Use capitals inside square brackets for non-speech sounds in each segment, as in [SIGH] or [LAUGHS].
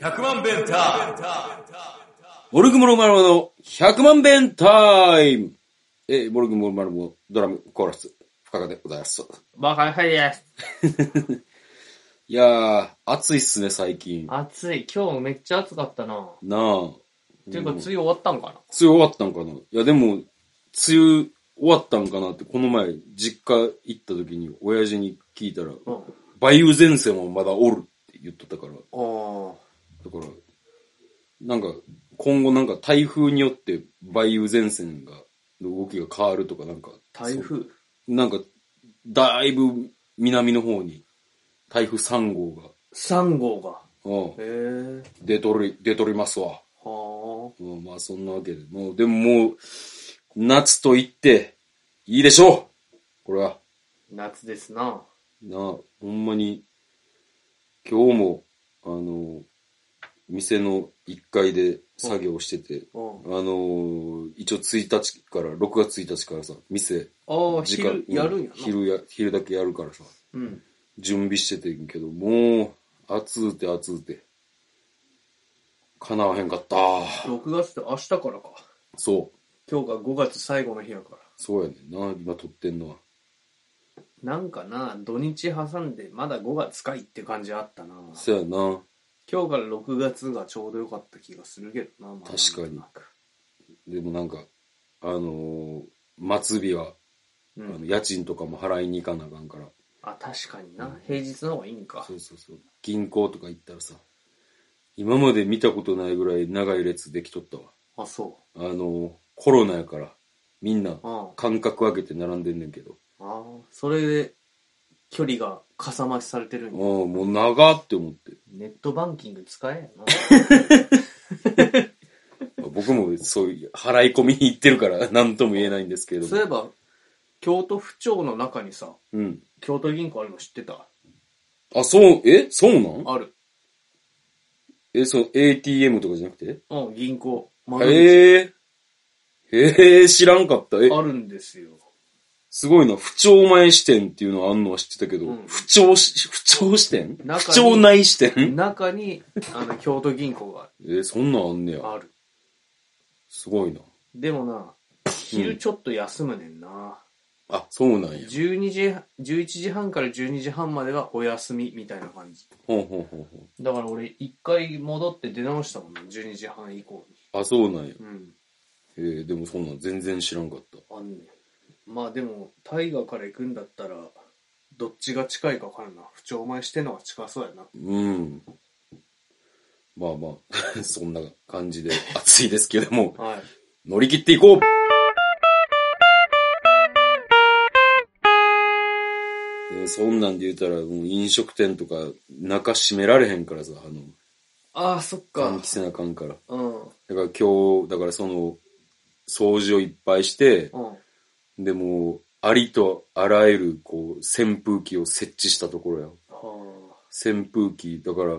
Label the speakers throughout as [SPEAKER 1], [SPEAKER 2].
[SPEAKER 1] 100万弁タモルグモルマルモの100万弁タイムえー、モルグモルマルモドラムコーラス、深川でございます。
[SPEAKER 2] バカはいです。
[SPEAKER 1] いやー、暑いっすね、最近。
[SPEAKER 2] 暑い。今日めっちゃ暑かったな。
[SPEAKER 1] なあ。
[SPEAKER 2] ていうか、
[SPEAKER 1] うん
[SPEAKER 2] 梅雨終わったんか
[SPEAKER 1] 梅雨終わったんかないや、でも、梅雨終わったんかなって、この前、実家行った時に、親父に聞いたら、
[SPEAKER 2] な。うん。
[SPEAKER 1] 梅雨前線はまだおるって言っとったから、だか
[SPEAKER 2] お
[SPEAKER 1] ら、なんか、今後なんか台風によって梅雨前線が、の動きが変わるとかなんか、
[SPEAKER 2] 台風。
[SPEAKER 1] そうなんか、だいぶ南の方に、台風3号が、
[SPEAKER 2] 3号が。
[SPEAKER 1] う
[SPEAKER 2] へえ。
[SPEAKER 1] ん、出とり、出とりますわ。
[SPEAKER 2] は
[SPEAKER 1] うん、まあそんなわけで、もう、でももう、夏と言って、いいでしょうこれは。
[SPEAKER 2] あ。夏ですな。
[SPEAKER 1] なあ、ほんまに、今日も、あの、店の1階で作業してて、
[SPEAKER 2] うん。
[SPEAKER 1] あの、一応1日から、6月1日からさ、店、
[SPEAKER 2] ああ、
[SPEAKER 1] 時間
[SPEAKER 2] 昼やるんや
[SPEAKER 1] う
[SPEAKER 2] な。
[SPEAKER 1] ん昼や、昼だけやるからさ、
[SPEAKER 2] うん。
[SPEAKER 1] 準備しててんけど、もう、暑うて暑うて、叶わへんかった。
[SPEAKER 2] 6月って明日からか。
[SPEAKER 1] そう、
[SPEAKER 2] 今日が5月最後の日やから。
[SPEAKER 1] そうやねんな、今撮ってんのは。
[SPEAKER 2] なんかな、土日挟んでまだ5月かいって感じあったな。
[SPEAKER 1] そやな。
[SPEAKER 2] 今日から6月がちょうどよかった気がするけどな。まあ
[SPEAKER 1] 確かに
[SPEAKER 2] なんとなく
[SPEAKER 1] でもなんか、あのー末日は、
[SPEAKER 2] う
[SPEAKER 1] あの
[SPEAKER 2] ん。
[SPEAKER 1] 家賃とかも払いに行かなあかんから、
[SPEAKER 2] あ、確かにな。平日の方がいいんか
[SPEAKER 1] そ。うそうそう、銀行とか行ったらさ、今まで見たことないぐらい長い列できとったわ。
[SPEAKER 2] あ、そ
[SPEAKER 1] あのーコロナやから、みんな
[SPEAKER 2] う。うん。
[SPEAKER 1] 間隔空けて並んでんねんけど、
[SPEAKER 2] ああ、それで、距離がかさ増しされてるんや。
[SPEAKER 1] もうもう長って思って、
[SPEAKER 2] ネットバンキング使えやな。
[SPEAKER 1] 僕もそういう払い込みに行ってるから [LAUGHS] 何とも言えないんですけれど
[SPEAKER 2] [LAUGHS] そういえ
[SPEAKER 1] も。
[SPEAKER 2] ば、京都府庁の中にさ、
[SPEAKER 1] うん。
[SPEAKER 2] 京都銀行あるの知ってた
[SPEAKER 1] あ、そう、えそうなん
[SPEAKER 2] ある。
[SPEAKER 1] え、そう、ATM とかじゃなくて
[SPEAKER 2] うん、銀行。窓口
[SPEAKER 1] へえー。へえー、知らんかった。え、
[SPEAKER 2] あるんですよ。
[SPEAKER 1] すごいな。不調前支店っていうのはあんのは知ってたけど、
[SPEAKER 2] うん
[SPEAKER 1] 不調し、不調支店
[SPEAKER 2] 中に
[SPEAKER 1] 不調内支店
[SPEAKER 2] 中に、あの、京都銀行が
[SPEAKER 1] えーそんなんあんねや。
[SPEAKER 2] ある。
[SPEAKER 1] すごいな。
[SPEAKER 2] でもな、昼ちょっと休むねんな。
[SPEAKER 1] あ、そうなんや。
[SPEAKER 2] 12時、11時半から12時半まではお休みみたいな感じ。
[SPEAKER 1] ほんほんほんほ
[SPEAKER 2] だから俺、一回戻って出直したもんな、12時半以降に。
[SPEAKER 1] ん。あ、そうなんや。
[SPEAKER 2] うん。
[SPEAKER 1] えー、でもそんなん全然知らんかった。
[SPEAKER 2] あんねんまあでも大河から行くんだったらどっちが近いか分からんな不調前してんのが近そうやな
[SPEAKER 1] うん。まあまあ、 [LAUGHS] そんな感じで暑いですけども、
[SPEAKER 2] はい
[SPEAKER 1] 乗り切っていこうえーそんなんで言うたら、もう飲食店とか中閉められへんからさ、あの、
[SPEAKER 2] ああそっか
[SPEAKER 1] 換気せなあかんから。だか
[SPEAKER 2] うんうん
[SPEAKER 1] ら今日、だからその、掃除をいっぱいして、でもう、ありとあらゆる、こう、扇風機を設置したところや。
[SPEAKER 2] は
[SPEAKER 1] 扇風機、だから、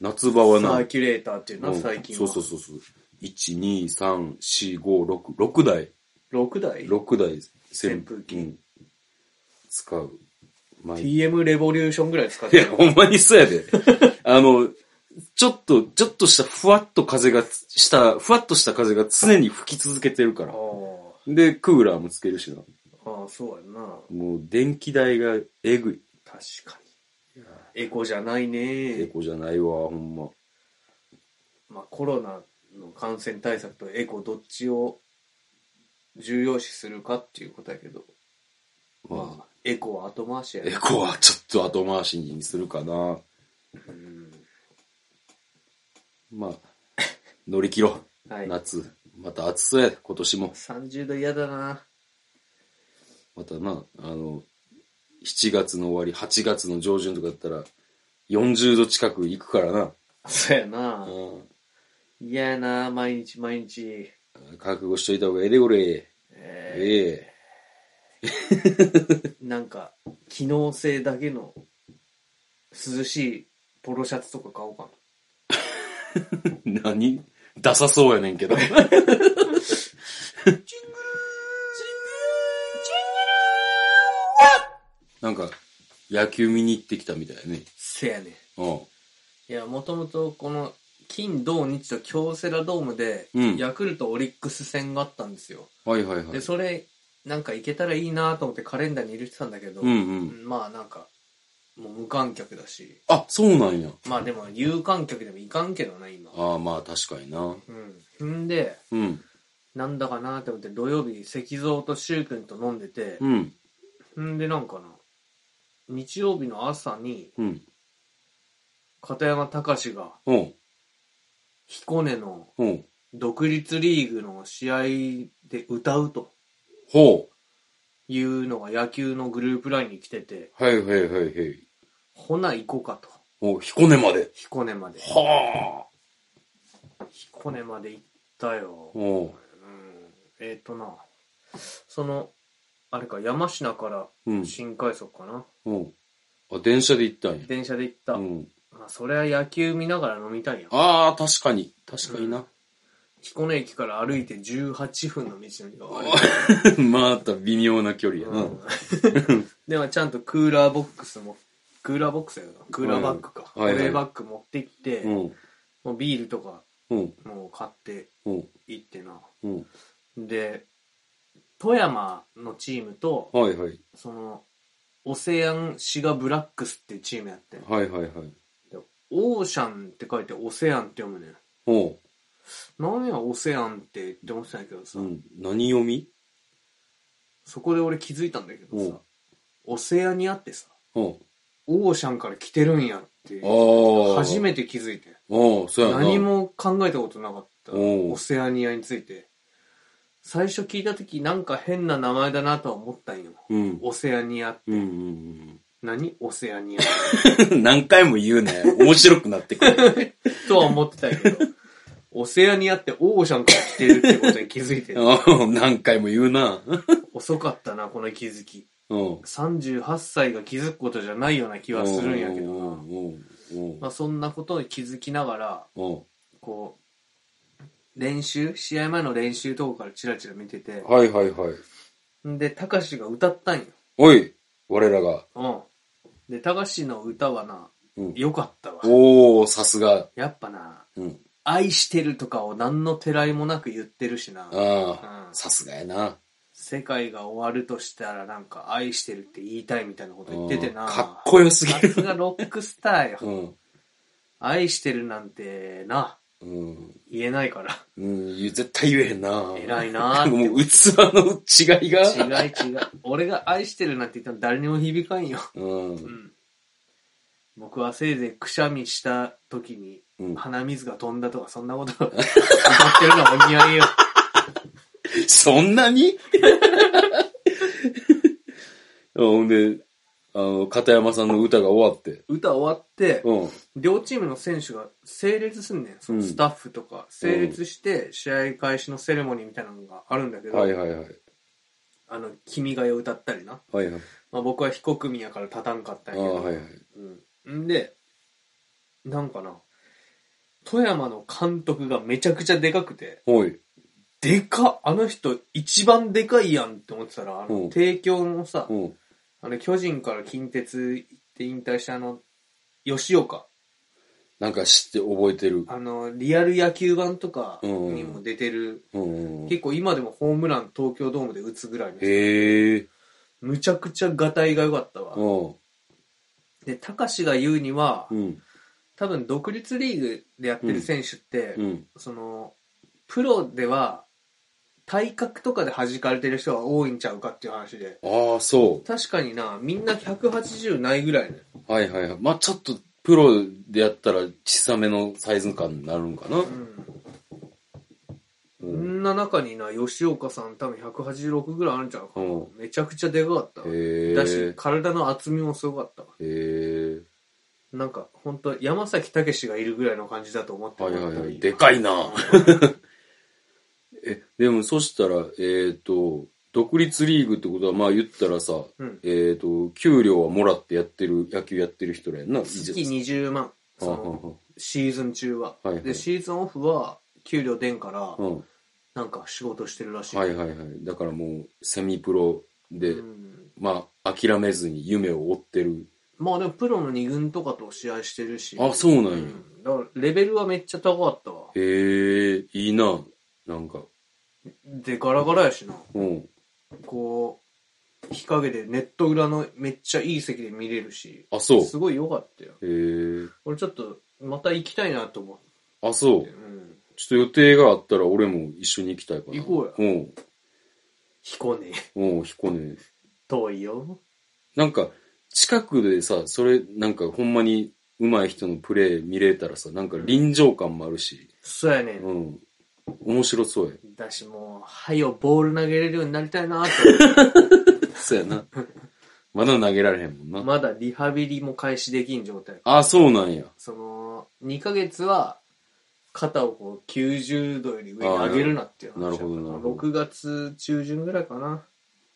[SPEAKER 1] 夏場
[SPEAKER 2] あ
[SPEAKER 1] は
[SPEAKER 2] サ
[SPEAKER 1] な、
[SPEAKER 2] ーキュレーターっていうな
[SPEAKER 1] うん
[SPEAKER 2] 最近は
[SPEAKER 1] そうそうそうそう。1、2、3、4、5、6、6台、
[SPEAKER 2] 6台
[SPEAKER 1] 6台扇
[SPEAKER 2] 扇風機
[SPEAKER 1] うん使う。毎日
[SPEAKER 2] TM レボリューションぐらい使っ
[SPEAKER 1] い
[SPEAKER 2] て
[SPEAKER 1] や、
[SPEAKER 2] る
[SPEAKER 1] ほんまにそうやで。 [LAUGHS] あの、ちょっと、ちょっとしたふわっと風がつ、した、ふわっとした風が常に吹き続けてるから
[SPEAKER 2] あ。ー
[SPEAKER 1] で、クーラーもつけるしな。
[SPEAKER 2] あーそうやんな
[SPEAKER 1] もう、電気代がえぐい。
[SPEAKER 2] 確かにエコじゃない
[SPEAKER 1] エ
[SPEAKER 2] ね
[SPEAKER 1] コじゃないわ、ほんま。
[SPEAKER 2] まあコロナの感染対策とエコどっちを重要視するかっていうことやけど
[SPEAKER 1] ま
[SPEAKER 2] ま
[SPEAKER 1] あ、
[SPEAKER 2] あエコは後回しや
[SPEAKER 1] エ
[SPEAKER 2] な
[SPEAKER 1] コはちょっと後回しにするかな。
[SPEAKER 2] うん
[SPEAKER 1] まあ、乗り切ろう。
[SPEAKER 2] はい
[SPEAKER 1] 夏。また暑そうやで、今年も。
[SPEAKER 2] 30度嫌だな
[SPEAKER 1] またな、あの、7月の終わり、8月の上旬とかだったら、40度近く行くからな。
[SPEAKER 2] そうやな
[SPEAKER 1] うん
[SPEAKER 2] 嫌やな毎日毎日
[SPEAKER 1] 覚悟しといた方がええで、これ。
[SPEAKER 2] え
[SPEAKER 1] え
[SPEAKER 2] ーなんか機能性だけの涼しいポロシャツとか買おうか
[SPEAKER 1] え何ダサそうやねんけど。 [LAUGHS] なんか、野球見に行ってきたみたいだね。
[SPEAKER 2] せやねん。
[SPEAKER 1] う
[SPEAKER 2] いや、もともとこの、金、土、日と京セラドームで、
[SPEAKER 1] うん
[SPEAKER 2] ヤクルト、オリックス戦があったんですよ。
[SPEAKER 1] ん。はいはいはい
[SPEAKER 2] で、。それ、なんか行けたらいいなと思ってカレンダーに入れてたんだけど、
[SPEAKER 1] うんうん。
[SPEAKER 2] まあなんか、もう無観客だし、
[SPEAKER 1] あ、そうなんや。
[SPEAKER 2] まあでも有観客でもいかんけどな、今。
[SPEAKER 1] ああ、まあ確かにな。
[SPEAKER 2] うん。んで、
[SPEAKER 1] うん。
[SPEAKER 2] なんだかなって思って、土曜日、石像とく君と飲んでて、
[SPEAKER 1] うん。
[SPEAKER 2] んでなんかな、日曜日の朝に、
[SPEAKER 1] うん。
[SPEAKER 2] 片山隆が、
[SPEAKER 1] うん。
[SPEAKER 2] 彦根の
[SPEAKER 1] うん。
[SPEAKER 2] 独立リーグの試合で歌うと
[SPEAKER 1] ほ
[SPEAKER 2] いうのが野球のグループラインに来てて、
[SPEAKER 1] う。はいはいはいはい。
[SPEAKER 2] ほな行こうかと。
[SPEAKER 1] お、彦根まで。
[SPEAKER 2] 彦根まで。
[SPEAKER 1] はあ。
[SPEAKER 2] 彦根まで行ったよ。うん。
[SPEAKER 1] おう。
[SPEAKER 2] えっ、とな、その、あれか、山科から
[SPEAKER 1] うん。
[SPEAKER 2] 新快速かな。
[SPEAKER 1] うん。あ、電車で行ったんや。
[SPEAKER 2] 電車で行った。
[SPEAKER 1] うん。
[SPEAKER 2] まあ、それは野球見ながら飲みたいやん。
[SPEAKER 1] ああ、確かに。確かにな。
[SPEAKER 2] 彦根駅から歩いて18分の道のりが悪い。
[SPEAKER 1] [LAUGHS] また微妙な距離や
[SPEAKER 2] う
[SPEAKER 1] な。
[SPEAKER 2] ん [LAUGHS] でもちゃんとクーラーボックスもクーラーボックスやなクーラーバッグか、
[SPEAKER 1] うんはいはい
[SPEAKER 2] 保冷バッグ持って行って、
[SPEAKER 1] うん。
[SPEAKER 2] もうビールとか
[SPEAKER 1] うん。
[SPEAKER 2] もう買って
[SPEAKER 1] うん。
[SPEAKER 2] 行ってな
[SPEAKER 1] うん。
[SPEAKER 2] で富山のチームと
[SPEAKER 1] はいはい。
[SPEAKER 2] そのオセアンシガブラックスっていうチームやってん
[SPEAKER 1] はいはいはい。
[SPEAKER 2] でオーシャンって書いてオセアンって読むねん
[SPEAKER 1] おう。
[SPEAKER 2] 何やオセアンってって思ってたんやけどさ、
[SPEAKER 1] うん。何読み
[SPEAKER 2] そこで俺気づいたんだけどさ、オセアニアってさ
[SPEAKER 1] おう。
[SPEAKER 2] オーシャンから来てるんやって
[SPEAKER 1] ああ。
[SPEAKER 2] 初めて気づいてん
[SPEAKER 1] おう、そうやな。
[SPEAKER 2] 何。も考えたことなかった
[SPEAKER 1] おう
[SPEAKER 2] オセアニアについて最初聞いた時なんか変な名前だなとは思ったんよ
[SPEAKER 1] うん。
[SPEAKER 2] オセアニア
[SPEAKER 1] うんうん
[SPEAKER 2] 何オセア
[SPEAKER 1] [LAUGHS]
[SPEAKER 2] ニア
[SPEAKER 1] うん。何回も言う
[SPEAKER 2] [LAUGHS]
[SPEAKER 1] ね。面白くなってくる。
[SPEAKER 2] とは思ってたけどオセアニアってオーシャンから来てるってことに気づいてる
[SPEAKER 1] うん何回も言うな。
[SPEAKER 2] 遅かったなこの気づき
[SPEAKER 1] うん。
[SPEAKER 2] 38歳が気づくことじゃないような気はするんやけど
[SPEAKER 1] お
[SPEAKER 2] な、
[SPEAKER 1] うおう
[SPEAKER 2] まあ、そんなことに気づきながら
[SPEAKER 1] おう
[SPEAKER 2] こう練習試合前の練習とかからチラチラ見てて
[SPEAKER 1] おうはいはいはい。
[SPEAKER 2] でたかしが歌ったんよ
[SPEAKER 1] おい、我らが。
[SPEAKER 2] うん。で、高橋の歌はな、
[SPEAKER 1] うん
[SPEAKER 2] 良かったわ。
[SPEAKER 1] おおさすが。
[SPEAKER 2] やっぱな、
[SPEAKER 1] うん。
[SPEAKER 2] 愛してるとかを何のてらいもなく言ってるしな、
[SPEAKER 1] あ
[SPEAKER 2] う
[SPEAKER 1] あ、
[SPEAKER 2] ん
[SPEAKER 1] さすがやな。
[SPEAKER 2] 世界が終わるとしたらなんか愛してるって言いたいみたいなこと言っててな。
[SPEAKER 1] うんかっこよすぎる
[SPEAKER 2] さすがロックスターよ。
[SPEAKER 1] うん。
[SPEAKER 2] 愛してるなんてな、
[SPEAKER 1] うん。
[SPEAKER 2] 言えな
[SPEAKER 1] [LAUGHS]
[SPEAKER 2] いから。
[SPEAKER 1] うん、絶対言えへんな。
[SPEAKER 2] 偉いなーって
[SPEAKER 1] もう器の違いが。
[SPEAKER 2] 違い違う。俺が愛してるなんて言っても誰にも響かんよ。
[SPEAKER 1] うん。
[SPEAKER 2] 僕はせいぜいくしゃみした時に
[SPEAKER 1] うん
[SPEAKER 2] 鼻水が飛んだとかそんなこと [LAUGHS] 歌ってるのはお似合いよ。
[SPEAKER 1] そんなに [LAUGHS] あほんで、あの、片山さんの歌が終わって。
[SPEAKER 2] 歌終わって、
[SPEAKER 1] うん。
[SPEAKER 2] 両チームの選手が整列すんねん。そのスタッフとか、整列して試合開始のセレモニーみたいなのがあるんだけど、
[SPEAKER 1] はいはいはい。
[SPEAKER 2] あの、君が代を歌ったりな。
[SPEAKER 1] はいはい。
[SPEAKER 2] まあ、僕は非国民やから立たんかった
[SPEAKER 1] あ
[SPEAKER 2] ん
[SPEAKER 1] あ、
[SPEAKER 2] やけど、
[SPEAKER 1] はいはい。
[SPEAKER 2] うん。んで、なんかな、富山の監督がめちゃくちゃでかくて、
[SPEAKER 1] おい。
[SPEAKER 2] でかっあの人一番でかいやんって思ってたら、あ
[SPEAKER 1] う
[SPEAKER 2] の、
[SPEAKER 1] ん
[SPEAKER 2] 帝京のさ
[SPEAKER 1] う、ん。
[SPEAKER 2] あの、巨人から近鉄行って引退したあの、吉岡。
[SPEAKER 1] なんか知って覚えてる。
[SPEAKER 2] あの、リアル野球版とかにも出てる、
[SPEAKER 1] うんうん。
[SPEAKER 2] 結構今でもホームラン東京ドームで打つぐらいの人
[SPEAKER 1] へえ。
[SPEAKER 2] むちゃくちゃガタイが良かったわ。
[SPEAKER 1] うん。
[SPEAKER 2] で、たかしが言うには
[SPEAKER 1] う、ん。
[SPEAKER 2] 多分独立リーグでやってる選手って、
[SPEAKER 1] うん。
[SPEAKER 2] その、プロでは、体格とかで弾かれてる人が多いんちゃうかっていう話で。
[SPEAKER 1] ああ、そ
[SPEAKER 2] 確かにな、みんな180ないぐらいね。
[SPEAKER 1] う。はいはいはい。まあちょっと、プロでやったら小さめのサイズ感になるんかな。
[SPEAKER 2] うん。そんな中にな、吉岡さん多分186ぐらいあるんちゃうかな。
[SPEAKER 1] うん
[SPEAKER 2] めちゃくちゃでかかったわ。
[SPEAKER 1] へえ。
[SPEAKER 2] だし、体の厚みもすごかったわ。
[SPEAKER 1] へえ。
[SPEAKER 2] なんか、本当山崎武がいるぐらいの感じだと思って
[SPEAKER 1] は
[SPEAKER 2] も
[SPEAKER 1] い
[SPEAKER 2] ら
[SPEAKER 1] は
[SPEAKER 2] っ
[SPEAKER 1] い
[SPEAKER 2] たら
[SPEAKER 1] はい。でかいな [LAUGHS] え、でもそしたら、えっ、と、独立リーグってことは、まあ言ったらさ、
[SPEAKER 2] うん
[SPEAKER 1] えっ、と、給料はもらってやってる、野球やってる人らやんな。
[SPEAKER 2] 月20万、その、シーズン中は。
[SPEAKER 1] はいはい
[SPEAKER 2] で、シーズンオフは、給料出んから
[SPEAKER 1] う、ん。
[SPEAKER 2] なんか仕事してるらしい。
[SPEAKER 1] はいはいはい。だからもう、セミプロで、
[SPEAKER 2] うん
[SPEAKER 1] まあ、諦めずに夢を追ってる
[SPEAKER 2] まあでもプロの2軍とかと試合してるし。
[SPEAKER 1] あ、そうなんや。
[SPEAKER 2] うんだからレベルはめっちゃ高かったわ。
[SPEAKER 1] へえ、いいな。なんか。
[SPEAKER 2] で、ガラガラやしな。
[SPEAKER 1] うん。
[SPEAKER 2] こう、日陰でネット裏のめっちゃいい席で見れるし。
[SPEAKER 1] あ、そう。
[SPEAKER 2] すごい良かったよ。
[SPEAKER 1] へえ。
[SPEAKER 2] 俺ちょっと、また行きたいなと思って。
[SPEAKER 1] あ、そう。
[SPEAKER 2] うん。
[SPEAKER 1] ちょっと予定があったら俺も一緒に行きたいかな。
[SPEAKER 2] 行こう
[SPEAKER 1] うん。
[SPEAKER 2] 彦根。
[SPEAKER 1] うん、彦根。
[SPEAKER 2] 遠いよ。
[SPEAKER 1] なんか、近くでさ、それ、なんかほんまに上手い人のプレー見れたらさ、なんか臨場感もあるし、
[SPEAKER 2] そうやねん。
[SPEAKER 1] うん。面白そうや。
[SPEAKER 2] だしもう、はよボール投げれるようになりたいなと。
[SPEAKER 1] そうやな。 [LAUGHS] まだ投げられへんも [LAUGHS] んな。
[SPEAKER 2] まだリハビリも開始できん状態。
[SPEAKER 1] あ、そうなんや。
[SPEAKER 2] その、2ヶ月は、肩をこう90度より上に上げるなっていう
[SPEAKER 1] あーな
[SPEAKER 2] 話だから
[SPEAKER 1] るほどなるほど
[SPEAKER 2] 6月中旬ぐらいかな。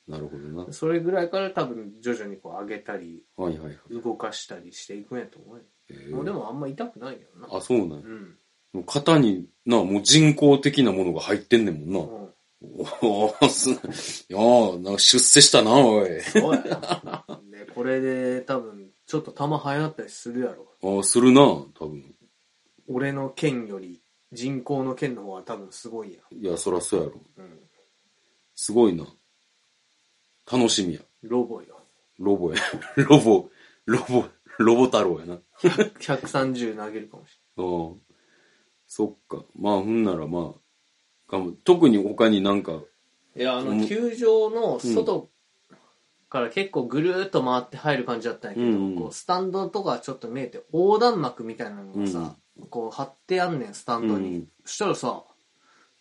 [SPEAKER 1] なるほどな。
[SPEAKER 2] それぐらいから多分徐々にこう上げたり、
[SPEAKER 1] はいはいはい。
[SPEAKER 2] 動かしたりしていくんやと思うよ。
[SPEAKER 1] え
[SPEAKER 2] もうで
[SPEAKER 1] ー、
[SPEAKER 2] もあんま痛くないよな。
[SPEAKER 1] あ、そうなんや
[SPEAKER 2] う。ん。
[SPEAKER 1] もう肩に、な、もう人工的なものが入ってんねんもんな。
[SPEAKER 2] うん [LAUGHS]
[SPEAKER 1] おーす、いやーなんか出世したな、おい。
[SPEAKER 2] そうやな。ね、これで多分、ちょっと球速なったりするやろ。
[SPEAKER 1] あーするな、多分。
[SPEAKER 2] 俺の剣より人口の剣の方が多分すごいや
[SPEAKER 1] いや、そらそうやろ。
[SPEAKER 2] ん。うん。
[SPEAKER 1] すごいな。楽しみや。
[SPEAKER 2] ロボよ。
[SPEAKER 1] ロボや。 [LAUGHS] ロボ、ロボ、ロボ太郎やな。
[SPEAKER 2] 130投げるかもし
[SPEAKER 1] うん。そっか。まあ、ほんならまあ、頑張特に他になんか、
[SPEAKER 2] れない。いや、あ
[SPEAKER 1] うん
[SPEAKER 2] の、球場の外から結構ぐるーっと回って入る感じだったんやけど、
[SPEAKER 1] うんうん
[SPEAKER 2] こうスタンドとかちょっと見えて、横断幕みたいなのがさ、こう貼ってあんねん、スタンドに。
[SPEAKER 1] うん
[SPEAKER 2] そしたらさ、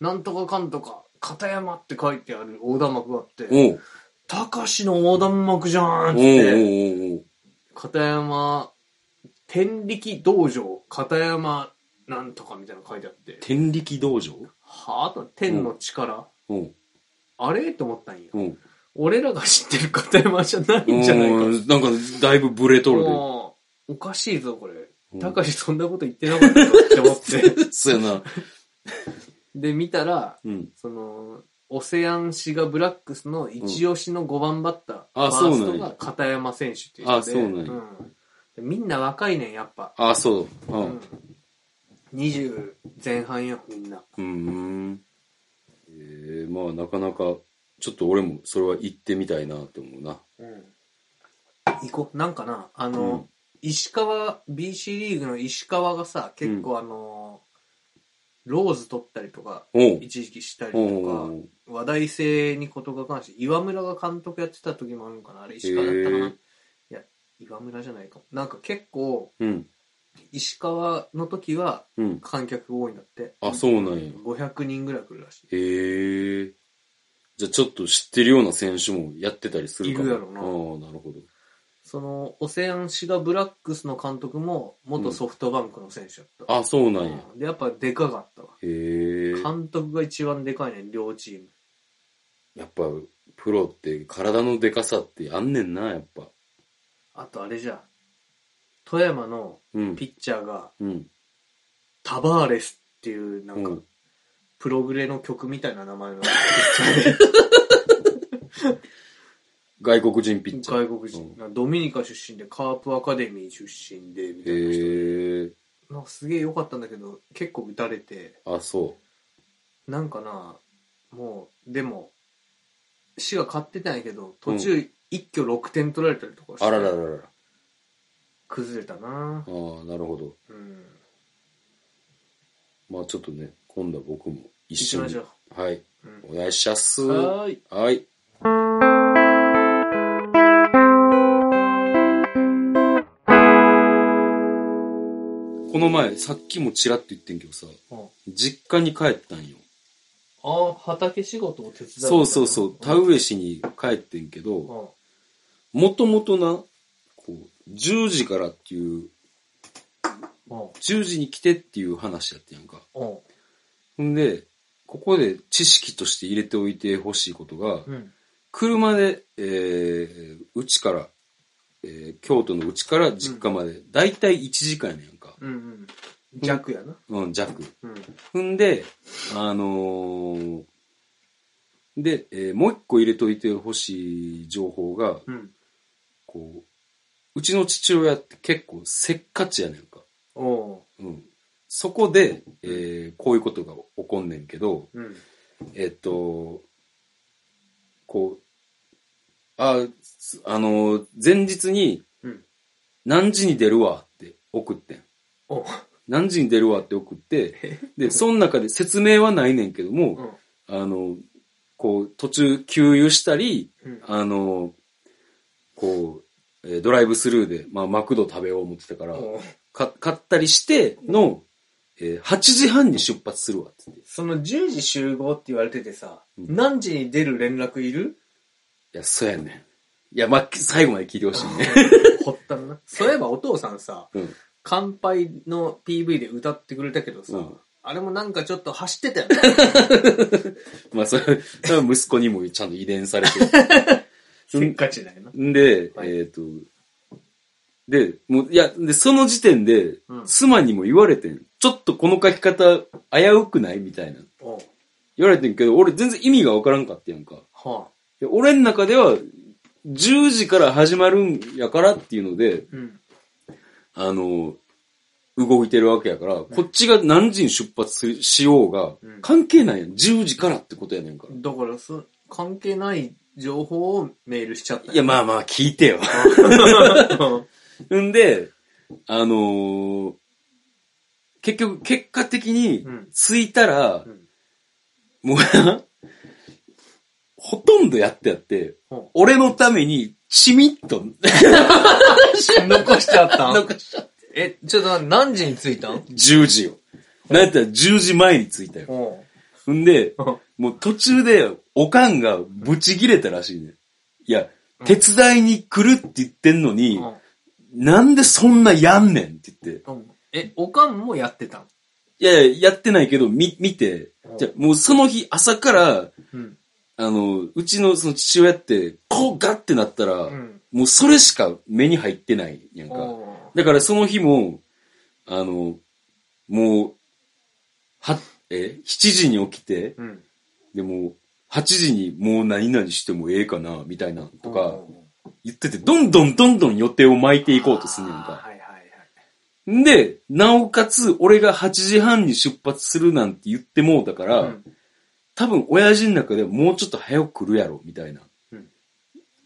[SPEAKER 2] なんとかかんとか、片山って書いてある横断幕があって、
[SPEAKER 1] おう、
[SPEAKER 2] たかしの横断幕じゃー
[SPEAKER 1] おう、おう、お
[SPEAKER 2] んっつって、
[SPEAKER 1] うおう、
[SPEAKER 2] 片山、天力道場、片山なんとかみたいなの書いてあって、
[SPEAKER 1] 天力道場
[SPEAKER 2] はぁと、天の力、
[SPEAKER 1] うん、
[SPEAKER 2] あれと思ったんよ。
[SPEAKER 1] うん。
[SPEAKER 2] 俺らが知ってる片山じゃないんじゃないか。
[SPEAKER 1] うんなんか、だいぶブレとる
[SPEAKER 2] もう、おかしいぞ、こ
[SPEAKER 1] うん
[SPEAKER 2] れ。たかしそんなこと言ってなかったぞって思って。
[SPEAKER 1] [LAUGHS] で。そうやな。
[SPEAKER 2] で、見たら、
[SPEAKER 1] うん。
[SPEAKER 2] その、オセアンシガブラックスの一押しの5番バッター、
[SPEAKER 1] あ
[SPEAKER 2] ファース
[SPEAKER 1] そう
[SPEAKER 2] ト
[SPEAKER 1] なんや
[SPEAKER 2] が片山選手っていう人で。
[SPEAKER 1] あそうなんや
[SPEAKER 2] んでみんな若いねん、やっぱ。
[SPEAKER 1] あ、そう。う
[SPEAKER 2] うん
[SPEAKER 1] ん。。
[SPEAKER 2] 20前半よ、みんな。
[SPEAKER 1] うん。えー、まあ、なかなか、ちょっと俺もそれは行ってみたいなと思うな。
[SPEAKER 2] うん行こう。なんかな、あの、
[SPEAKER 1] うん
[SPEAKER 2] 石川、BC リーグの石川がさ、結構あの、ローズ取ったりとか、
[SPEAKER 1] おう。
[SPEAKER 2] 一時期したり
[SPEAKER 1] お
[SPEAKER 2] とか
[SPEAKER 1] うお、う
[SPEAKER 2] 話題性にことが関して、岩村が監督やってた時もあるのかな、あれ石川だったかな。
[SPEAKER 1] へー
[SPEAKER 2] いや、岩村じゃないかも。なんか結構、
[SPEAKER 1] うん。
[SPEAKER 2] 石川の時は
[SPEAKER 1] うん。
[SPEAKER 2] 観客多いんだって。
[SPEAKER 1] あ、そうなんや。
[SPEAKER 2] 500人ぐらい来るらしい。
[SPEAKER 1] へえ。じゃあちょっと知ってるような選手もやってたりするかも。
[SPEAKER 2] いるやろな
[SPEAKER 1] ああ、なるほど。
[SPEAKER 2] その、オセアンシガブラックスの監督も、元ソフトバンクの選手だった。
[SPEAKER 1] あ、そうなんや。
[SPEAKER 2] で、やっぱでかかったわ。
[SPEAKER 1] へえ。
[SPEAKER 2] 監督が一番でかいねん、両チーム。
[SPEAKER 1] やっぱ、プロって体のでかさってあんねんな、やっぱ。
[SPEAKER 2] あとあれじゃ、富山の
[SPEAKER 1] うん。
[SPEAKER 2] ピッチャーが、
[SPEAKER 1] うん。
[SPEAKER 2] タバーレスっていう、なん
[SPEAKER 1] う
[SPEAKER 2] か
[SPEAKER 1] ん、
[SPEAKER 2] プログレの曲みたいな名前の
[SPEAKER 1] 外国人ピッチャー。
[SPEAKER 2] 外国人。なんかドミニカ出身で、カープアカデミー出身で、みたいな人。
[SPEAKER 1] へえ。
[SPEAKER 2] なんかすげえ良かったんだけど、結構打たれて、
[SPEAKER 1] あ、そ
[SPEAKER 2] なんかな、もう、でも、市が勝ってたんやけど、途中一挙6点取られたりとかして、
[SPEAKER 1] う。あららららら。あ
[SPEAKER 2] 崩れたな
[SPEAKER 1] あ、なるほど。
[SPEAKER 2] うん。
[SPEAKER 1] まあちょっとね、今度は僕も一緒に。
[SPEAKER 2] 行きま
[SPEAKER 1] はい。
[SPEAKER 2] うん
[SPEAKER 1] お願いします。
[SPEAKER 2] はーい。
[SPEAKER 1] はい。この前、さっきもちらっと言ってんけどさ、実家に帰ったんよ。
[SPEAKER 2] ああ、畑仕事を手伝う。
[SPEAKER 1] そうそうそう、田植えしに帰ってんけ
[SPEAKER 2] う
[SPEAKER 1] ど、
[SPEAKER 2] ん。
[SPEAKER 1] もともとな、こう、10時からっていう、
[SPEAKER 2] うん。
[SPEAKER 1] 10時に来てっていう話やってんやんか。
[SPEAKER 2] うん。
[SPEAKER 1] ほんで、ここで知識として入れておいてほしいことが、
[SPEAKER 2] うん。
[SPEAKER 1] 車で、えー、うちから、えー京都のうちから実家まで、だいたい1時間やねんか。
[SPEAKER 2] うん。うん。弱やな。
[SPEAKER 1] うん、弱。
[SPEAKER 2] うん。
[SPEAKER 1] 踏んで、あのーで、えーもう一個入れといてほしい情報が、
[SPEAKER 2] うん。
[SPEAKER 1] こう、うちの父親って結構せっかちやねんか。
[SPEAKER 2] おう
[SPEAKER 1] うん。そこで、えーこういうことが起こんねんけど、
[SPEAKER 2] うん。
[SPEAKER 1] えっと、こう、あ、すあの、前日に
[SPEAKER 2] うん。
[SPEAKER 1] 何時に出るわって送ってん。
[SPEAKER 2] おう
[SPEAKER 1] 何時に出るわって送って、で、その中で説明はないねんけども、
[SPEAKER 2] うん。
[SPEAKER 1] あの、こう、途中給油したり、
[SPEAKER 2] うん。
[SPEAKER 1] あの、こう、えードライブスルーで、まあ、マクド食べよう思ってたから、
[SPEAKER 2] おう
[SPEAKER 1] か買ったりしての、えー8時半に出発するわって言って。
[SPEAKER 2] その10時集合って言われててさ、
[SPEAKER 1] うん
[SPEAKER 2] 何時に出る連絡いる [LAUGHS]
[SPEAKER 1] いや、そうやねん。いや、まあ、最後まで聞いてほしいね。
[SPEAKER 2] ほったらな。そういえばお父さんさ、
[SPEAKER 1] うん。
[SPEAKER 2] 乾杯の PV で歌ってくれたけどさ、
[SPEAKER 1] うん
[SPEAKER 2] あれもなんかちょっと走ってたよ
[SPEAKER 1] [LAUGHS]
[SPEAKER 2] ね。
[SPEAKER 1] まあ、それ、多分息子にもちゃんと遺伝されて
[SPEAKER 2] [LAUGHS] せっかちだよな。
[SPEAKER 1] る。んで、
[SPEAKER 2] はい
[SPEAKER 1] えっ、と、で、もう、いや、で、その時点で、
[SPEAKER 2] うん
[SPEAKER 1] 妻にも言われてん。ちょっとこの書き方、危うくないみたいな。
[SPEAKER 2] おう
[SPEAKER 1] 言われてんけど、俺全然意味がわからんかったやんか。
[SPEAKER 2] はあ。
[SPEAKER 1] で俺の中では、10時から始まるんやからっていうので、
[SPEAKER 2] うん。
[SPEAKER 1] あの、動いてるわけやから、こっちが何時に出発するしようが
[SPEAKER 2] うん、
[SPEAKER 1] 関係ないやん。10時からってことやねんから。
[SPEAKER 2] だからそ、関係ない情報をメールしちゃったよ。
[SPEAKER 1] いや、まあまあ、聞いてよ。 [LAUGHS] んで、あのー結局、結果的に
[SPEAKER 2] うん、
[SPEAKER 1] 着いたら
[SPEAKER 2] う、ん
[SPEAKER 1] もうな、ほとんどやってやって、
[SPEAKER 2] ほ
[SPEAKER 1] 俺のために、ちみっと、
[SPEAKER 2] う [LAUGHS] 残しちゃったん
[SPEAKER 1] [LAUGHS] 残しちゃっ
[SPEAKER 2] え、ちょっと待って何時に着いたん
[SPEAKER 1] た10時よ。なんやったら10時前に着いたよ。
[SPEAKER 2] おうん
[SPEAKER 1] で、
[SPEAKER 2] うん
[SPEAKER 1] もう途中で、おかんがブチ切れたらしいね。いや、手伝いに来るって言ってんのに、なんでそんなやんねんって言って。
[SPEAKER 2] うんえ、おかんもやってたん
[SPEAKER 1] いやいや、やってないけど、み、見て
[SPEAKER 2] うん、
[SPEAKER 1] じゃあもうその日朝から、
[SPEAKER 2] うん。
[SPEAKER 1] あの、うちのその父親って、こうガッてなったら、
[SPEAKER 2] ん
[SPEAKER 1] もうそれしか目に入ってないやんか。
[SPEAKER 2] おう
[SPEAKER 1] だからその日も、あの、もう、は、え、7時に起きて、
[SPEAKER 2] うん。
[SPEAKER 1] でも、8時にもう何々してもええかな、みたいな、とか
[SPEAKER 2] お、う
[SPEAKER 1] 言ってて、どんどんどんどん予定を巻いていこうとすんねん
[SPEAKER 2] あ
[SPEAKER 1] か
[SPEAKER 2] ー。はいはいはい。
[SPEAKER 1] んで、なおかつ、俺が8時半に出発するなんて言ってもうだから、
[SPEAKER 2] うん
[SPEAKER 1] 多分親父の中ではもうちょっと早く来るやろ、みたいな。
[SPEAKER 2] うん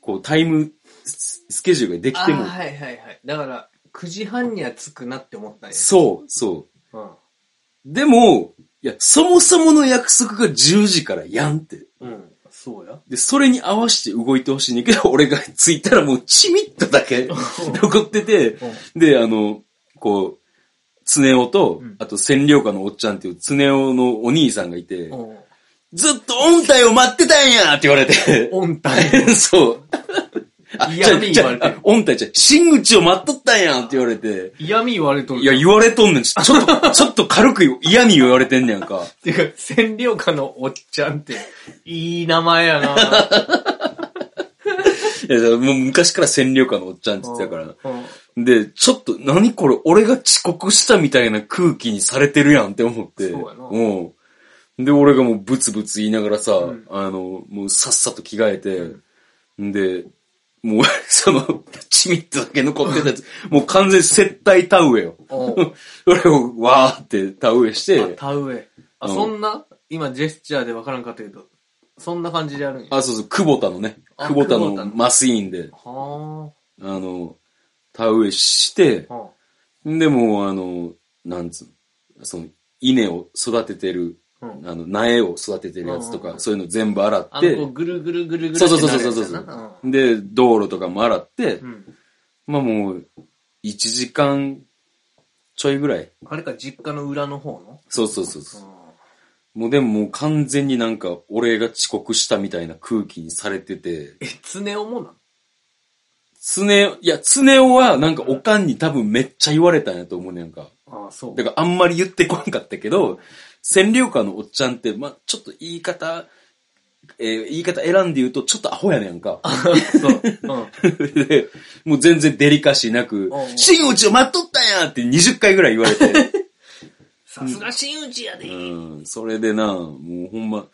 [SPEAKER 1] こう、タイムス、スケジュールができても
[SPEAKER 2] あー、はいはいはい。だから、9時半には着くなって思ったんや。
[SPEAKER 1] そう、そう。
[SPEAKER 2] うん。
[SPEAKER 1] でも、いや、そもそもの約束が10時からやんって。
[SPEAKER 2] うん。そうや。
[SPEAKER 1] で、それに合わせて動いてほしいねんけど、俺が着いたらもうチミッとだけ [LAUGHS] 残ってて、で、あの、こう、つねおと
[SPEAKER 2] うん、
[SPEAKER 1] あと千両家のおっちゃんっていうつねおのお兄さんがいて、
[SPEAKER 2] うん。
[SPEAKER 1] ずっと音体を待ってたんやって言われて。 [LAUGHS]
[SPEAKER 2] 音体。
[SPEAKER 1] そう。あ
[SPEAKER 2] [LAUGHS] 嫌味
[SPEAKER 1] じゃ
[SPEAKER 2] 言われてる
[SPEAKER 1] じゃあ音体じゃ、真口を待っとったんやって言われて。
[SPEAKER 2] 嫌味言われとる。
[SPEAKER 1] いや、言われとんねん。ちょちょっと、ちょっと軽く嫌に言われてんねやんか。
[SPEAKER 2] てか、占領下のおっちゃんって、いい名前や
[SPEAKER 1] [LAUGHS]
[SPEAKER 2] な
[SPEAKER 1] いや、もう昔から占領下のおっちゃんって言ってたから。
[SPEAKER 2] うん
[SPEAKER 1] で、ちょっと、何これ、俺が遅刻したみたいな空気にされてるやんって思って。
[SPEAKER 2] そうやな
[SPEAKER 1] うん。で、俺がもうブツブツ言いながらさ、
[SPEAKER 2] うん
[SPEAKER 1] あの、もうさっさと着替えて、ん、で、もう、 [LAUGHS] その、チミッとだけ残ってたやつ、もう完全に接待田植えよ。
[SPEAKER 2] おう
[SPEAKER 1] 俺をわーって田植えして
[SPEAKER 2] あ、、田植え。あ、
[SPEAKER 1] うん
[SPEAKER 2] そんな、今ジェスチャーでわからんかったけど、そんな感じでやるんや。
[SPEAKER 1] あ、そうそう、久保田のね、
[SPEAKER 2] あ
[SPEAKER 1] 久保田
[SPEAKER 2] 久保田
[SPEAKER 1] の
[SPEAKER 2] の
[SPEAKER 1] マスインで、
[SPEAKER 2] は
[SPEAKER 1] あの、田植えして
[SPEAKER 2] あ。、は
[SPEAKER 1] で、もうあの、なんつうの、その、稲を育ててる、
[SPEAKER 2] あ。うん。
[SPEAKER 1] あの、苗を育ててるやつと
[SPEAKER 2] うんうんう
[SPEAKER 1] か、
[SPEAKER 2] ん
[SPEAKER 1] そういうの全部洗
[SPEAKER 2] あ
[SPEAKER 1] っ
[SPEAKER 2] の、こう
[SPEAKER 1] て、
[SPEAKER 2] ぐるぐるぐるぐる
[SPEAKER 1] そうそう
[SPEAKER 2] って
[SPEAKER 1] そう
[SPEAKER 2] なる
[SPEAKER 1] そう
[SPEAKER 2] やつ
[SPEAKER 1] そ
[SPEAKER 2] や
[SPEAKER 1] うそう
[SPEAKER 2] な。
[SPEAKER 1] で、道路とかも洗って
[SPEAKER 2] う、ん。
[SPEAKER 1] まあもう、1時間ちょいぐらい。
[SPEAKER 2] あれか、実家の裏の方の
[SPEAKER 1] そうそうそうそうう。
[SPEAKER 2] ん
[SPEAKER 1] もうでももう完全になんか、俺が遅刻したみたいな空気にされてて、
[SPEAKER 2] え、つねおもなん
[SPEAKER 1] つね、いや、つねおは、なんか、おかんに多分めっちゃ言われたんやと思うねんか。
[SPEAKER 2] ああ、そう。
[SPEAKER 1] だから、あんまり言ってこんかったけど、占領下のおっちゃんって、まあ、ちょっと言い方、えー言い方選んで言うと、ちょっとアホやねんか。
[SPEAKER 2] そう。うん。
[SPEAKER 1] で、もう全然デリカシーなく
[SPEAKER 2] う、ん
[SPEAKER 1] 真打ちを待っとったんやって20回ぐらい言われて。
[SPEAKER 2] [LAUGHS] さすが真打ちやで。
[SPEAKER 1] うん、それでな、もうほんま、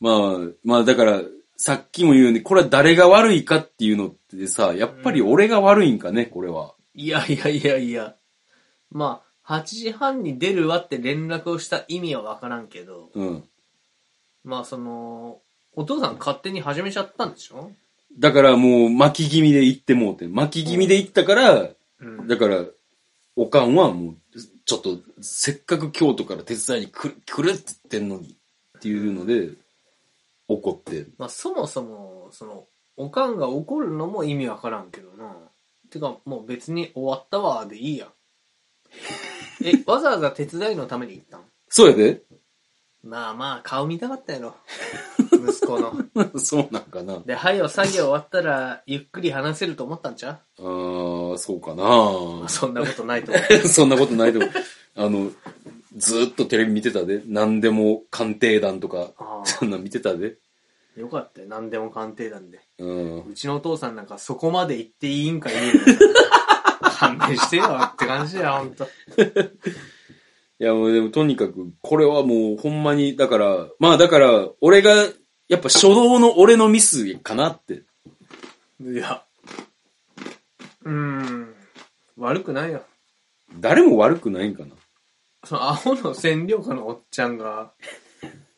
[SPEAKER 1] まあ、まあだから、さっきも言うように、これは誰が悪いかっていうのってさ、やっぱり俺が悪いんかね、これは。
[SPEAKER 2] いやいやいやいや。まあ、8時半に出るわって連絡をした意味はわからんけど、
[SPEAKER 1] うん。
[SPEAKER 2] まあその、お父さん勝手に始めちゃったんでしょ
[SPEAKER 1] だからもう巻き気味で行ってもうて。巻き気味で行ったから、
[SPEAKER 2] うん。
[SPEAKER 1] だから、おかんはもう、ちょっと、せっかく京都から手伝いに来る、来るって言ってんのに、っていうので、怒って。
[SPEAKER 2] まあそもそも、その、おかんが怒るのも意味わからんけどな。てか、もう別に終わったわでいいやん。え、わざわざ手伝いのために行ったん
[SPEAKER 1] そうやで
[SPEAKER 2] まあまあ、顔見たかったやろ。息子の。
[SPEAKER 1] [LAUGHS] そうなんかな。
[SPEAKER 2] で、はよ作業終わったら、ゆっくり話せると思ったんちゃ
[SPEAKER 1] あー、そうか
[SPEAKER 2] う
[SPEAKER 1] な [LAUGHS]
[SPEAKER 2] まあそんなことないと思う。
[SPEAKER 1] そんなことないと思う。あの、ずーっとテレビ見てたで。何でも鑑定団とか、
[SPEAKER 2] あ
[SPEAKER 1] そんなん見てたで。
[SPEAKER 2] あ、よかったよ。何でも鑑定団で。
[SPEAKER 1] うん。
[SPEAKER 2] うちのお父さんなんかそこまで言っていいんか言えよ。勘弁してよって感じだよ、ほんと。
[SPEAKER 1] いや、もうでもとにかく、これはもうほんまに、だから、まあだから、俺が、やっぱ初動の俺のミスかなって。
[SPEAKER 2] いや。うーん。悪くないよ。
[SPEAKER 1] 誰も悪くないんかな。
[SPEAKER 2] その、アホの占領下のおっちゃんが、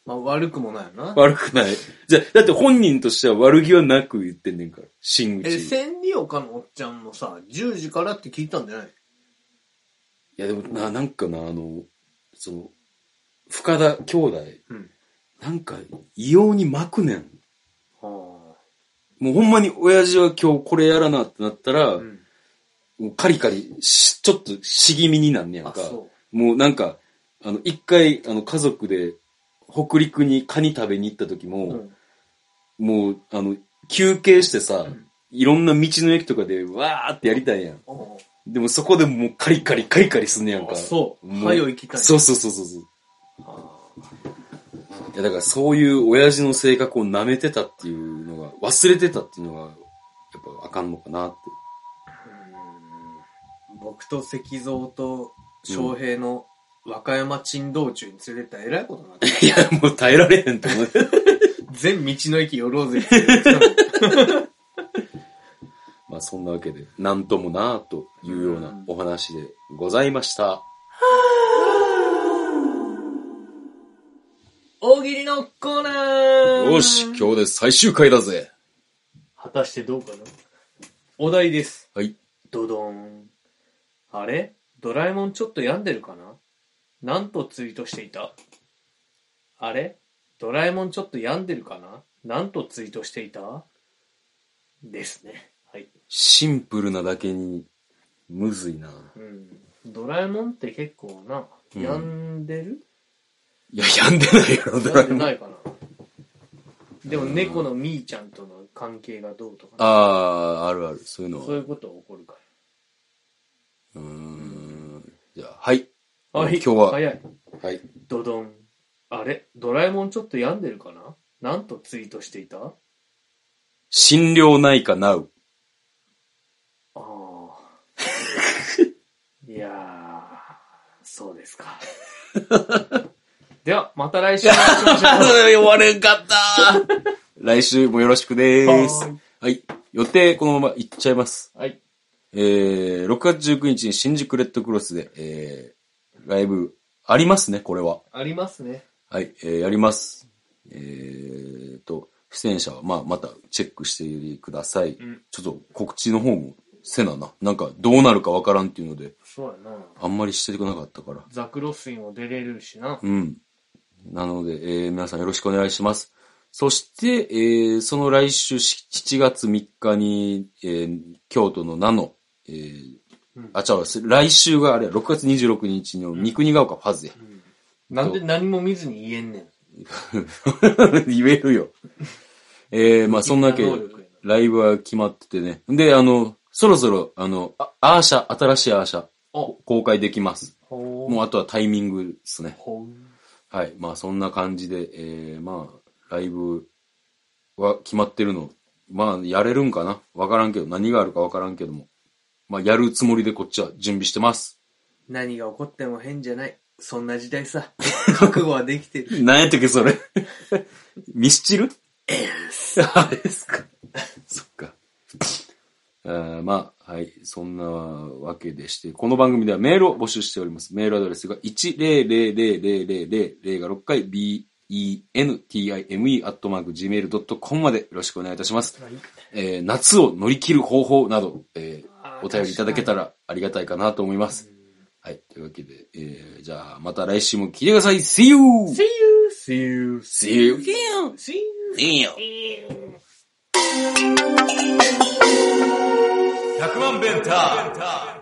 [SPEAKER 2] まあ悪くもないよな。
[SPEAKER 1] 悪くない。じゃ、だって本人としては悪気はなく言ってんねんから。真打
[SPEAKER 2] え、
[SPEAKER 1] ち。い
[SPEAKER 2] 占領下のおっちゃんもさ、10時からって聞いたんじゃない
[SPEAKER 1] や、でもな、なんかな、あの、その、深田兄弟、
[SPEAKER 2] うん。
[SPEAKER 1] なんか、異様に巻くねん。
[SPEAKER 2] は
[SPEAKER 1] もうほんまに親父は今日これやらなってなったら、
[SPEAKER 2] あ。うん。
[SPEAKER 1] もうカリカリし、ちょっとしぎみになんねやん
[SPEAKER 2] あ、
[SPEAKER 1] か。
[SPEAKER 2] そ
[SPEAKER 1] もうなんか、あの、一回、あの、家族で北陸にカニ食べに行った時も、
[SPEAKER 2] う。うん。
[SPEAKER 1] もう、あの、休憩してさ、
[SPEAKER 2] ん
[SPEAKER 1] いろんな道の駅とかでわーってやりたいやん。
[SPEAKER 2] ああ
[SPEAKER 1] でもそこでもうカリカリカリカリすんねやんか。
[SPEAKER 2] あそう
[SPEAKER 1] も
[SPEAKER 2] はよ行きたい
[SPEAKER 1] そうそうそうそうそう。
[SPEAKER 2] あ
[SPEAKER 1] いやだからそういう親父の性格を舐めてたっていうのが、忘れてたっていうのが、やっぱあかんのかなって。
[SPEAKER 2] あうーん僕と石像と翔平の和歌山珍道中に連れてったらえらいことに
[SPEAKER 1] [LAUGHS]
[SPEAKER 2] なって、
[SPEAKER 1] いや、もう耐えられへんと思う。
[SPEAKER 2] 全道の駅寄ろうぜって言ってたの
[SPEAKER 1] [LAUGHS] まあそんなわけで、なんともなあというようなお話でございました。
[SPEAKER 2] [LAUGHS] 大喜利のコーナー
[SPEAKER 1] よし、今日で最終回だぜ。
[SPEAKER 2] 果たしてどうかなお題です。
[SPEAKER 1] はい。
[SPEAKER 2] ドドン。あれドラえもんちょっと病んでるかななんとツイートしていたあれドラえもんちょっと病んでるかななんとツイートしていたですね。はい。
[SPEAKER 1] シンプルなだけに、むずいな。
[SPEAKER 2] うん。ドラえもんって結構な、
[SPEAKER 1] うん
[SPEAKER 2] 病んで
[SPEAKER 1] [LAUGHS]
[SPEAKER 2] る、
[SPEAKER 1] いや、病んでないやろ、ドラ
[SPEAKER 2] 病
[SPEAKER 1] え
[SPEAKER 2] んで
[SPEAKER 1] もん。
[SPEAKER 2] ないかなでも猫のみーちゃんとの関係がどうとか、
[SPEAKER 1] ああ、あるある、そういうの
[SPEAKER 2] そう
[SPEAKER 1] は。
[SPEAKER 2] いうことは起こるか
[SPEAKER 1] うーん。じゃあ、はい。今
[SPEAKER 2] ら。
[SPEAKER 1] 日は
[SPEAKER 2] 早い。
[SPEAKER 1] はい。
[SPEAKER 2] ドドン。あれドラえもんちょっと病んでるかななんとツイートしていたあ
[SPEAKER 1] 心療内科なう。
[SPEAKER 2] あ。 [LAUGHS] いやー、そうですか。では、また来週お会いしましょう。 [LAUGHS]
[SPEAKER 1] 呼ばれんかったー来週もよろしくで
[SPEAKER 2] [LAUGHS]
[SPEAKER 1] ーす
[SPEAKER 2] はーい。
[SPEAKER 1] はい。予定、このままいっちゃいます。
[SPEAKER 2] はい。
[SPEAKER 1] えー、6月19日に新宿レッドクロスで、えー、ライブありますね、これは。
[SPEAKER 2] ありますね。
[SPEAKER 1] はい、えー、やります。えーと、出演者は、まあ、またチェックしてください。
[SPEAKER 2] ん
[SPEAKER 1] ちょっと告知の方もせなな。なんか、どうなるかわからんっていうので、
[SPEAKER 2] そうやな。
[SPEAKER 1] あんまりしてなかったから。
[SPEAKER 2] ザクロスインも出れるしな。
[SPEAKER 1] うん。なので、えー皆さんよろしくお願いします。そして、えーその来週し7月3日に、えー京都のナノ、えー
[SPEAKER 2] うん
[SPEAKER 1] あ、ちゃうわ、す来週があれ、6月26日の三国ヶ丘ファズや。
[SPEAKER 2] なんで何も見ずに言えんねん。
[SPEAKER 1] [LAUGHS] 言えるよ。えー、まあそんなわけで
[SPEAKER 2] 能力やな、
[SPEAKER 1] ライブは決まっててね。で、あの、そろそろ、あの、あアーシャ、新しいアーシャ、
[SPEAKER 2] お
[SPEAKER 1] 公開できます。
[SPEAKER 2] ほ
[SPEAKER 1] もうあとはタイミングですね。
[SPEAKER 2] ほう。
[SPEAKER 1] はい。まあ、そんな感じで、えー、まあ、ライブは決まってるの。まあ、やれるんかなわからんけど、何があるかわからんけども。まあ、やるつもりでこっちは準備してます。
[SPEAKER 2] 何が起こっても変じゃない。そんな時代さ。覚悟はでき [LAUGHS] てる。
[SPEAKER 1] 何やったっけ、それ。 [LAUGHS] ミスチルあれですか。そっか。えーまあ、はい。そんなわけでして、この番組ではメールを募集しております。メールアドレスが1000000、0が6回、bentime.gmail.com までよろしくお願いいたします。えー夏を乗り切る方法など、えー
[SPEAKER 2] あー
[SPEAKER 1] お便りいただけたらありがたいかなと思いま
[SPEAKER 2] う
[SPEAKER 1] す。
[SPEAKER 2] ん
[SPEAKER 1] はい。というわけで、えーじゃあ、また来週も聞いてください。See you!
[SPEAKER 2] See you, see you,
[SPEAKER 1] See you
[SPEAKER 2] again, see you,
[SPEAKER 1] See you!
[SPEAKER 2] see you.
[SPEAKER 3] 100万ベンター